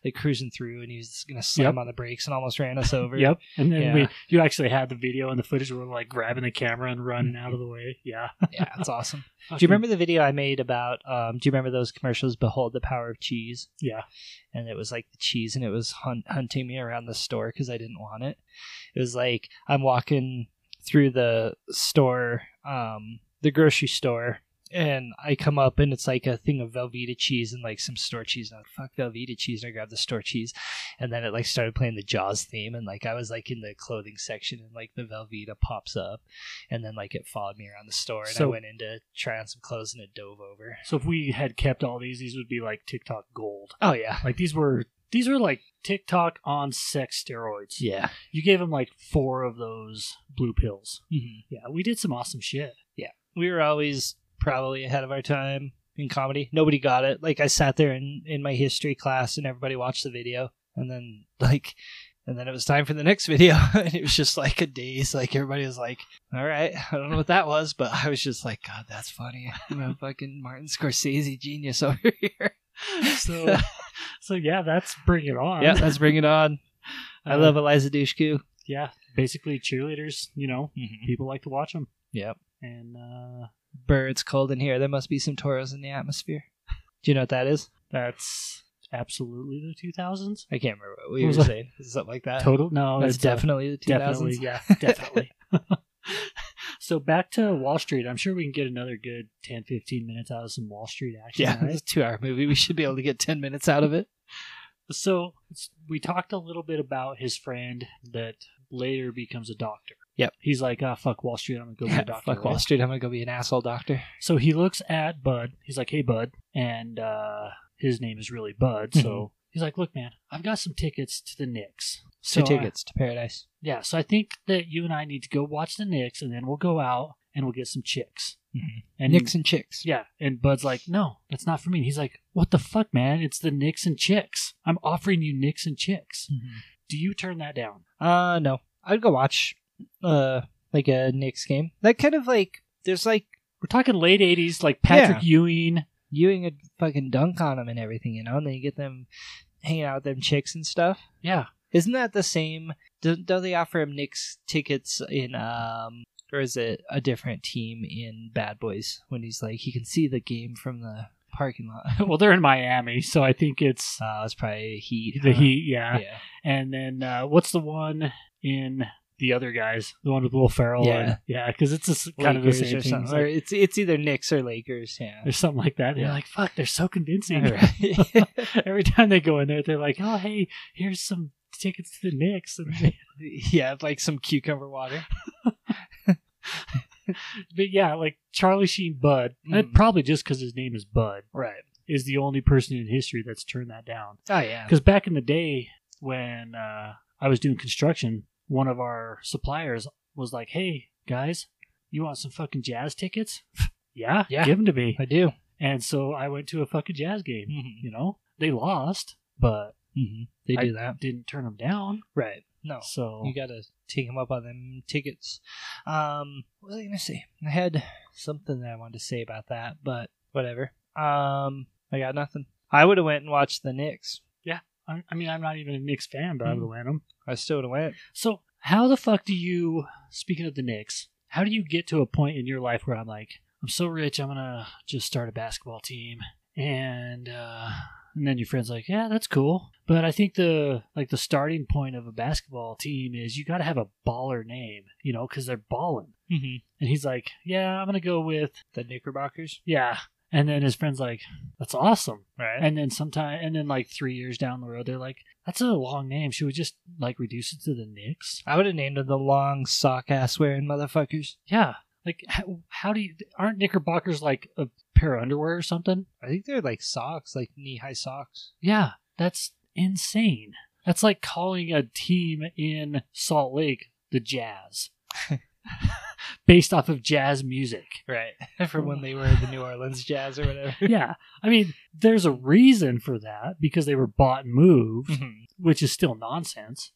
E: like cruising through and he was gonna slam
A: Yep.
E: on the brakes and almost ran us over.
A: Yep, and then we
E: Yeah.
A: you actually had the video and the footage where we're like grabbing the camera and running out of the way. Yeah,
E: Yeah, that's Mm-hmm. awesome. Do you remember the video I made about? Um, do you remember those commercials? Behold the power of cheese,
A: Yeah,
E: and it was like the cheese, and it was hunt- hunting me around the store because I didn't want it. It was like I'm walking through the store, um, the grocery store, and I come up and it's like a thing of Velveeta cheese and like some store cheese. And I'm like, fuck Velveeta cheese. And I grabbed the store cheese. And then it like started playing the Jaws theme. And like I was like in the clothing section and like the Velveeta pops up. And then like it followed me around the store. And I
A: So-
E: went in to try on some clothes and it dove over.
A: so if we had kept all these, these would be like TikTok gold.
E: Oh, yeah.
A: Like these were these were like TikTok on sex steroids.
E: Yeah.
A: You gave him like four of those blue pills.
E: hmm
A: Yeah, we did some awesome shit.
E: we were always probably ahead of our time in comedy. Nobody got it. Like I sat there in, in my history class and everybody watched the video and then like and then it was time for the next video and it was just like a daze. Like everybody was like, All right, I don't know what that was, but I was just like, God, that's funny. I'm a fucking Martin Scorsese genius over here.
A: So so yeah, that's bring it on.
E: yeah, let's bring it on. I
A: Uh,
E: love Eliza Dushku.
A: yeah, basically cheerleaders. You know,
E: Mm-hmm.
A: people like to watch them.
E: Yep.
A: And uh,
E: Birds cold in here. There must be some toros in the atmosphere. Do you know what that is?
A: that's absolutely the 2000s.
E: I can't remember what
A: It
E: we were
A: was like-
E: saying. Something like that.
A: Total? No,
E: That's
A: it's, uh,
E: definitely the 2000s.
A: definitely, yeah, definitely. so back to Wall Street. I'm sure we can get another good 10, 15 minutes out of some Wall Street action.
E: Yeah,
A: right?
E: it's a two hour movie. We should be able to get 10 minutes out of it.
A: So s- we talked a little bit about his friend that later becomes a doctor.
E: Yep.
A: He's like, ah, fuck Wall Street. I'm gonna go be a doctor.
E: Fuck Wall
A: right?
E: Street. I'm going to go be an asshole doctor.
A: So he looks at Bud. He's like, "Hey, Bud," and uh, his name is really Bud.
E: Mm-hmm.
A: So he's like, "Look, man, I've got some tickets to the Knicks. So uh,
E: Two
A: I-
E: tickets to paradise.
A: yeah, so I think that you and I need to go watch the Knicks, and then we'll go out and we'll get some chicks.
E: Mhm.
A: And
E: Nicks and chicks.
A: yeah, and Bud's like, "No, that's not for me." And he's like, "What the fuck, man? It's the Knicks and chicks. I'm offering you Knicks and chicks. Do you turn that down?"
E: Uh, no. Mm-hmm. I'd go watch uh like a Knicks game. That kind of like there's like
A: We're talking late '80s, like Patrick Ewing.
E: Ewing a fucking dunk on them and everything, you know, and then you get them hanging out with them chicks and stuff.
A: Yeah,
E: Isn't that the same? Don't, don't they offer him Knicks tickets in, um, or is it a different team in Bad Boys when he's like he can see the game from the parking lot?
A: well, they're in Miami, so I think it's
E: Uh, it's probably Heat.
A: the
E: huh?
A: Heat. Yeah,
E: Yeah.
A: and then uh, what's the one in the other guys? The one with Will Ferrell.
E: Yeah.
A: and- yeah, because it's just kind of the
E: Lakers
A: same
E: or
A: thing. It's
E: something.
A: like-
E: Or it's it's either Knicks or Lakers. Yeah.
A: There's something like that. They're
E: Yeah.
A: like, fuck, they're so convincing.
E: Right.
A: Every time they go in there, they're like, oh, hey, here's some tickets to the Knicks. And,
E: yeah, like some cucumber water.
A: but yeah, like Charlie Sheen Bud, and
E: Mhm.
A: probably just because his name is Bud,
E: Right.
A: is the only person in history that's turned that down.
E: Oh yeah.
A: Because back in the day when uh, I was doing construction, one of our suppliers was like, hey, guys, you want some fucking jazz tickets? yeah,
E: Yeah.
A: give them to me.
E: I do.
A: And so I went to a fucking jazz game.
E: Mm-hmm.
A: You know, they lost, but
E: They
A: I
E: do that.
A: didn't turn them down.
E: Right. No.
A: So
E: Oh. You gotta take them up on them tickets. Um, what was I gonna say? I had something that I wanted to say about that, but whatever. Um, I got nothing. I would have went and watched the Knicks.
A: I, I mean, I'm not even a Knicks fan, but I would have went 'em.
E: I still would have went.
A: So, how the fuck do you, speaking of the Knicks, how do you get to a point in your life where I'm like, I'm so rich, I'm going to just start a basketball team? And, uh, and then your friend's like, yeah, that's cool. But I think the, like, the starting point of a basketball team is you got to have a baller name, you know, because they're balling.
E: Mm-hmm.
A: And he's like, yeah, I'm going to go with,
E: The Knickerbockers.
A: yeah. And then his friend's like, that's awesome.
E: Right.
A: And then sometime, and then like three years down the road, they're like, "That's a long name. Should we just like reduce it to the Knicks?"
E: I would have named them the long sock ass wearing motherfuckers.
A: Yeah, like how, how do you? Aren't knickerbockers like a pair of underwear or something?
E: I think they're like socks, like knee high socks.
A: Yeah, that's insane. That's like calling a team in Salt Lake the Jazz, based off of jazz music.
E: Right. From when they were the New Orleans Jazz or whatever.
A: Yeah, I mean, there's a reason for that because they were bought and moved,
E: Mhm.
A: which is still nonsense.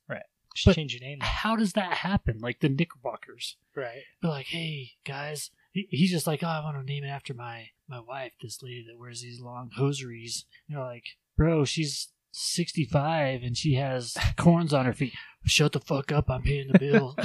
E: Just
A: But-
E: change your name.
A: How does that happen? Like the Knickerbockers.
E: Right.
A: They're like, hey guys, he, he's just like, oh, I want to name it after my my wife, this lady that wears these long hosieries. And you're like, bro, she's 65 and she has corns on her feet. Shut the fuck up, I'm paying the bill.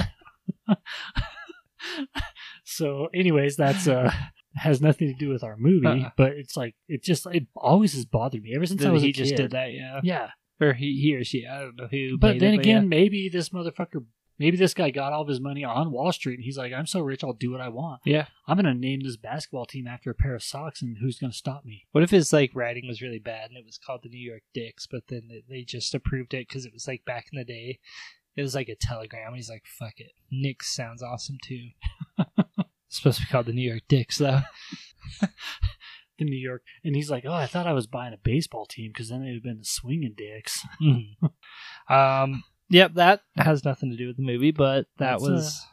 A: so, anyways, that's uh has nothing to do with our movie,
E: Uh-uh.
A: but it's like it just it always has bothered me ever since I was
E: he
A: a
E: just
A: kid.
E: did that, yeah.
A: Yeah,
E: Or he, he or she. I don't know who.
A: but
E: made
A: then
E: it,
A: again,
E: yeah.
A: maybe this motherfucker, maybe this guy got all of his money on Wall Street, and he's like, "I'm so rich, I'll do what I want."
E: Yeah.
A: I'm gonna name this basketball team after a pair of socks, and who's gonna stop me?
E: What if his like writing was really bad and it was called the New York Dicks, but then they- they just approved it because it was like back in the day, it was like a telegram. And he's like, "Fuck it, Knicks sounds awesome too." it's supposed to be called the New York Dicks though.
A: The New York, and he's like, "Oh, I thought I was buying a baseball team because then it would have been the swinging dicks."
E: um, yep, that has nothing to do with the movie, but that
A: That's,
E: was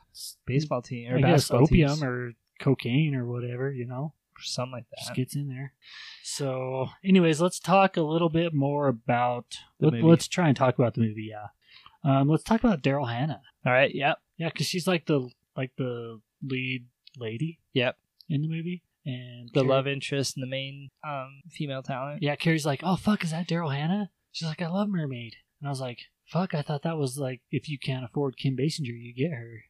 E: baseball team or
A: I guess
E: basketball
A: opium
E: teams, or
A: or cocaine or whatever, you know,
E: something like
A: just
E: that.
A: gets in there. So, anyways, let's talk a little bit more about.
E: The
A: Let,
E: movie.
A: us try and talk about the movie. Yeah, um, let's talk about Daryl Hannah.
E: All right, yep,
A: Yeah, because she's like the like the lead lady.
E: Yep.
A: In the movie, and
E: the
A: Carrie-
E: love interest and the main um female talent.
A: Yeah, Carrie's like, "Oh fuck, is that Daryl Hannah?" She's like, "I love Mermaid," and I was like, "Fuck, I thought that was like if you can't afford Kim Basinger, you get her."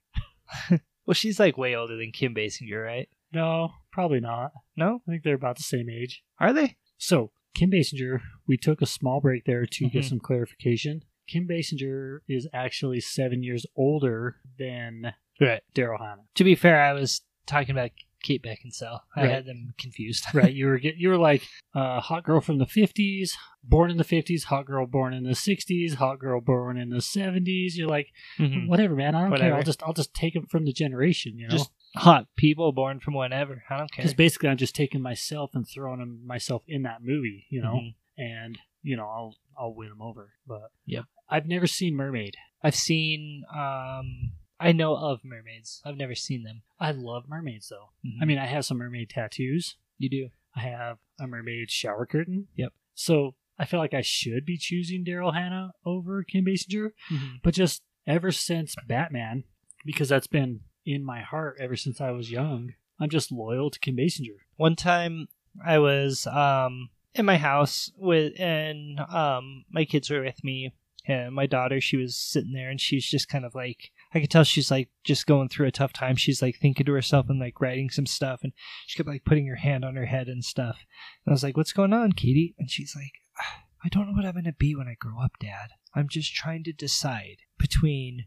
E: Well, she's like way older than Kim Basinger, right?
A: No, probably not.
E: No,
A: I think they're about the same age.
E: are they?
A: So Kim Basinger, we took a small break there to get
E: Mhm.
A: some clarification. Kim Basinger is actually seven years older than
E: Right.
A: Daryl Hannah.
E: To be fair, I was talking about Kate Beckinsale. I
A: Right.
E: had them confused.
A: right you were get, you were like uh, hot girl from the 50s born in the 50s hot girl born in the 60s hot girl born in the 70s you're like
E: Mhm.
A: whatever man i don't care i'll
E: Whatever.
A: just i'll just take them from the generation you know
E: Just hot people born from whenever. I don't care.
A: because basically i'm just taking myself and throwing 'em- myself in that movie you know
E: Mhm.
A: and you know i'll i'll win them over but
E: Yep.
A: i've never seen mermaid
E: I've seen. um I know of mermaids. I've never seen them.
A: i love mermaids though
E: Mhm.
A: i mean i have some mermaid tattoos
E: you do.
A: i have a mermaid shower curtain
E: Yep.
A: so i feel like i should be Mm-hmm. choosing daryl hannah over kim basinger but just ever since Batman, because that's been in my heart ever since I was young. I'm just loyal to Kim Basinger.
E: one time I was um in my house with and um my kids were with me and my daughter she was sitting there and she's just kind of like I could tell she's like just going through a tough time. She's like thinking to herself and like writing some stuff and she kept like putting her hand on her head and stuff. And I was like, "What's going on, Katie?" And she's like, "I don't know what I'm going to be when I grow up, dad. I'm just trying to decide between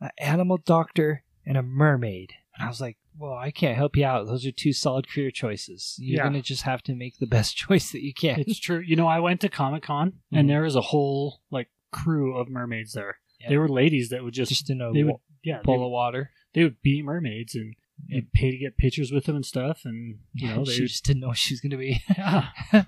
E: an animal doctor and a mermaid." And I was like, well, I can't help you out. Those are two solid career choices. You're
A: Yeah.
E: going to just have to make the best choice that you can.
A: It's true. You know, I went to Comic Con
E: Mhm.
A: and there was a whole like crew of mermaids there.
E: Yeah.
A: They were ladies that would just,
E: Just in a
A: they would
E: wa-
A: yeah they
E: bowl
A: would,
E: of water.
A: they would be mermaids and, and pay to get pictures with them and stuff and you know they
E: she just didn't know what she was going to be.
A: yeah.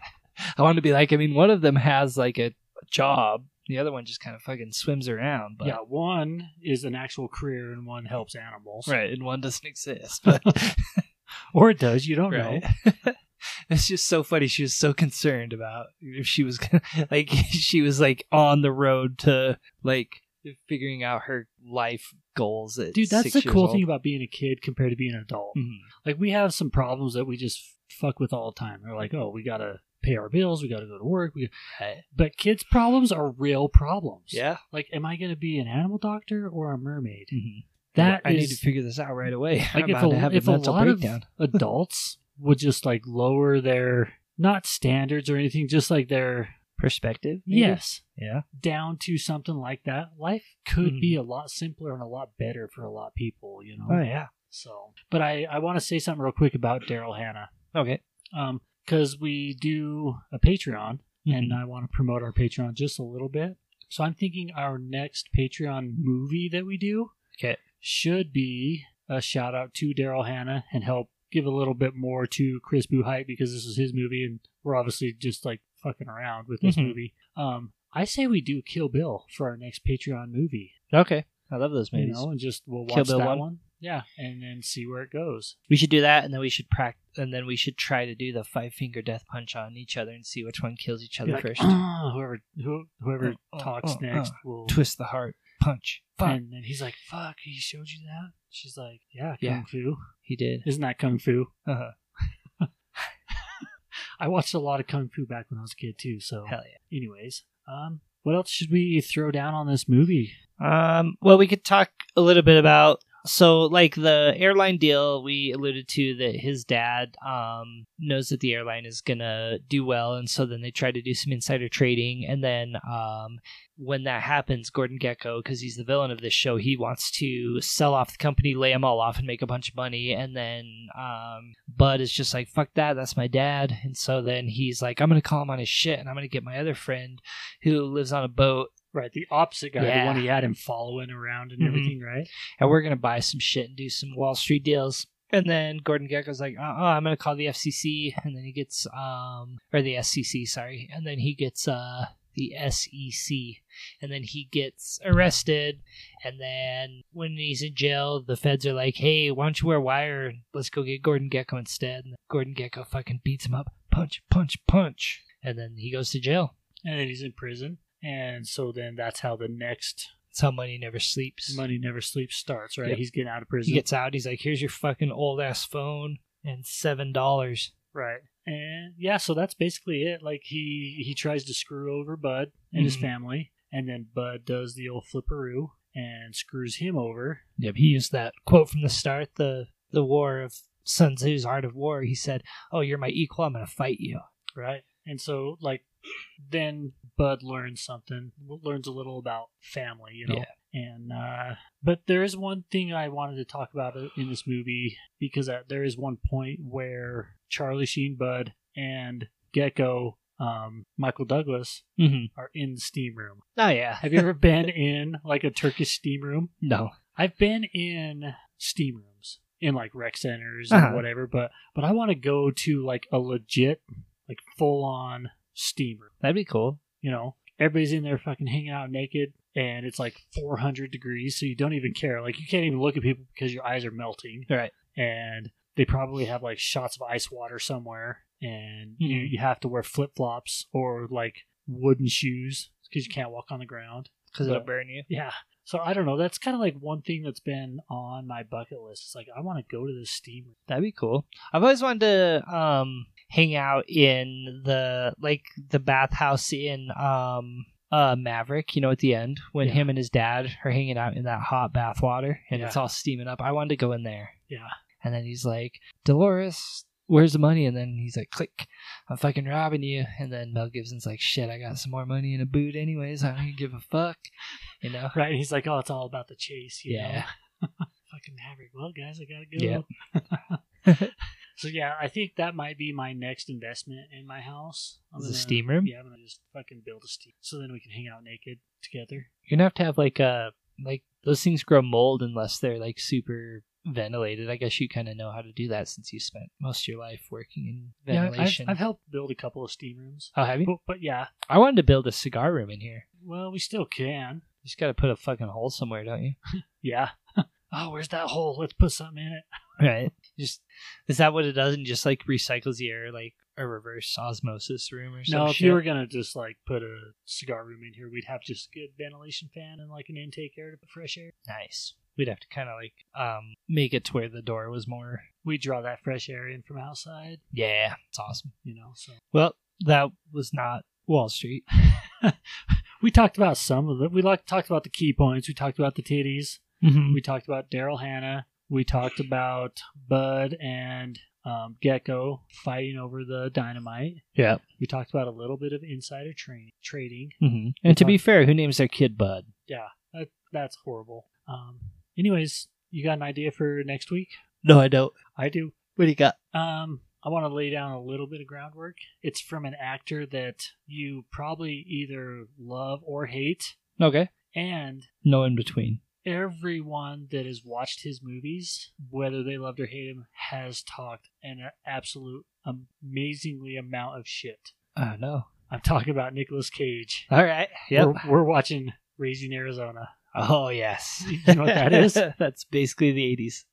E: I wanted to be like, I mean, one of them has like a, a job. The other one just kind of fucking swims around. But
A: yeah one is an actual career and one helps animals
E: Right. And one doesn't exist. But
A: or it does you don't
E: right.
A: know
E: it's just so funny. She was so concerned about if she was gonna like she was like on the road to like figuring out her life goals. At
A: dude that's
E: six
A: the
E: years
A: cool
E: old.
A: thing about being a kid compared to being an adult
E: Mhm.
A: like we have some problems that we just fuck with all the time we're like oh we gotta pay our bills we gotta go to work we...
E: Right.
A: but kids problems are real problems
E: Yeah.
A: like am i gonna be an animal doctor or a mermaid
E: Mm-hmm.
A: That
E: I need
A: is-
E: to figure this out right away.
A: like
E: I'm
A: if
E: about
A: a,
E: to have
A: if
E: a
A: a
E: mental
A: lot
E: breakdown.
A: of adults would just like lower their not standards or anything just like their
E: Perspective.
A: yes
E: Yeah.
A: down to something like that life could
E: Mhm.
A: be a lot simpler and a lot better for a lot of people you know
E: Oh yeah.
A: so but i i want to say something real quick about daryl hannah
E: Okay.
A: um because we do a patreon
E: Mm-hmm.
A: and i want to promote our patreon just a little bit so i'm thinking our next patreon movie that we do
E: Okay.
A: should be a shout out to daryl hannah and help give a little bit more to chris buhite because this is his movie and we're obviously just like fucking around with this
E: Mhm.
A: movie um i say we do kill bill for our next patreon movie
E: Okay. I love those
A: you
E: movies.
A: know and just we'll
E: Kill
A: watch
E: Bill
A: that
E: one?
A: one yeah and then see where it goes
E: We should do that, and then we should practice, and then we should try to do the five finger death punch on each other and see which one kills each
A: Be
E: other
A: like,
E: first.
A: "Ah," whoever who, whoever
E: Uh, uh,
A: talks
E: uh,
A: next
E: uh.
A: will
E: Twist the heart, punch. Fuck.
A: And then he's like, "Fuck, he showed you that." She's like, "Yeah, kung
E: Yeah.
A: fu.
E: He did.
A: Isn't that kung fu?"
E: Uh-huh.
A: I watched a lot of kung fu back when I was a kid too. So,
E: Hell yeah.
A: anyways, um, what else should we throw down on this movie?
E: Um, well, we could talk a little bit about so like the airline deal we alluded to that his dad um, knows that the airline is gonna do well, and so then they try to do some insider trading, and then um, when that happens, Gordon Gecko, because he's the villain of this show, he wants to sell off the company, lay them all off, and make a bunch of money, and then um, Bud is just like fuck that, that's my dad, and so then he's like I'm gonna call him on his shit, and I'm gonna get my other friend who lives on a boat
A: Right, the opposite guy,
E: Yeah.
A: the one he had him following around and
E: Mhm.
A: everything, right?
E: and we're going to buy some shit and do some Wall Street deals. And then Gordon Gecko's like, uh uh-uh, I'm going to call the FCC. And then he gets, um, or the SCC, sorry. And then he gets, uh, the SEC. And then he gets arrested. And then when he's in jail, the feds are like, hey, why don't you wear wire? Let's go get Gordon Gecko instead. And Gordon Gecko fucking beats him up. Punch, punch, punch. And then he goes to jail.
A: And then he's in prison, and so then that's how the next
E: That's how money never sleeps.
A: Money Never Sleeps starts. Right,
E: Yep.
A: he's getting out of
E: He
A: prison.
E: gets out. He's like, here's your fucking old ass phone and $7.
A: Right. And yeah, so that's basically it. Like he he tries to screw over Bud and his
E: Mhm.
A: family, and then Bud does the old flipperoo and screws him over.
E: Yep, he used that quote from the start, the the war of Sun Tzu's Art of War. He said, "Oh, you're my equal. I'm gonna fight you."
A: Right. And so like then Bud learns something, learns a little about family, you know. And uh but there is one thing I wanted to talk about in this movie because uh, there is one point where Charlie Sheen, Bud, and Gecko, um, Michael Douglas
E: Mm-hmm.
A: are in the steam room.
E: Oh yeah,
A: Have you ever been in like a Turkish steam room?
E: no.
A: I've been in steam rooms in like rec centers
E: Uh-huh.
A: or whatever, but but I want to go to like a legit, like full on steam room.
E: That'd be cool.
A: You know, everybody's in there fucking hanging out naked, and it's like 400 degrees, so you don't even care. Like you can't even look at people because your eyes are melting.
E: Right.
A: And they probably have like shots of ice water somewhere, and you,
E: Mhm.
A: you have to wear flip flops or like wooden shoes because you can't walk on the ground.
E: Because it'll
A: But-
E: burn you.
A: Yeah. So I don't know. That's kind of like one thing that's been on my bucket list. It's like I want to go to this steamer.
E: That'd be cool. I've always wanted to um hang out in the like the bathhouse in um uh Maverick, you know, at the end when
A: Yeah.
E: him and his dad are hanging out in that hot bath water and it's
A: Yeah.
E: all steaming up. I wanted to go in there.
A: Yeah.
E: And then he's like, Dolores, where's the money? And then he's like, click, I'm fucking robbing you. And then Mel Gibson's like, shit, I got some more money in a boot anyways. I don't give a fuck. You know?
A: Right? And he's like, oh, it's all about the chase. You Know?
E: Yeah.
A: Fucking Maverick. Well, guys, I gotta
E: Yeah.
A: go. so yeah, I think that might be my next investment in my house. I'm
E: Is a
A: gonna-
E: steam room?
A: Yeah, I'm gonna just fucking build a steam. So then we can hang out naked together.
E: You're gonna have to have like a like those things grow mold unless they're like super ventilated. I guess you kind of know how to do that since you spent most of your life working in ventilation.
A: Yeah, I've, I've helped build a couple of steam rooms.
E: oh, have you?
A: But, but yeah,
E: I wanted to build a cigar room in here.
A: well, we still can.
E: You just gotta put a fucking hole somewhere, don't you?
A: Yeah. oh, where's that hole? Let's put something in it.
E: Right. Just is that what it does? And just like recycles the air, like a reverse osmosis room or something.
A: No, if you were gonna just like put a cigar room in here, we'd have just a good ventilation fan and like an intake air to put fresh air.
E: nice. We'd have to kind of like um make it to where the door was more.
A: We draw that fresh air in from outside,
E: Yeah, it's awesome.
A: you know. So
E: Well, that was not Wall Street.
A: we talked about some of it. We like talked about the key points. We talked about the titties.
E: Mm-hmm.
A: We talked about Daryl Hannah. We talked about Bud and um, Gecko fighting over the dynamite.
E: Yeah.
A: We talked about a little bit of insider tra- trading.
E: Mm-hmm. And to
A: talk-
E: be fair, who names their kid Bud?
A: Yeah, that, that's horrible. Um, anyways, you got an idea for next week?
E: No, I don't.
A: I do.
E: What do you got?
A: Um, I want to lay down a little bit of groundwork. It's from an actor that you probably either love or hate,
E: Okay.
A: and
E: No in between.
A: everyone that has watched his movies, whether they loved or hate him, has talked an absolute amazingly amount of shit.
E: Oh no.
A: I'm talking about Nicolas Cage.
E: All right. Yep.
A: We're, we're watching Raising Arizona.
E: Oh yes.
A: You know what that is?
E: That's basically the eighties.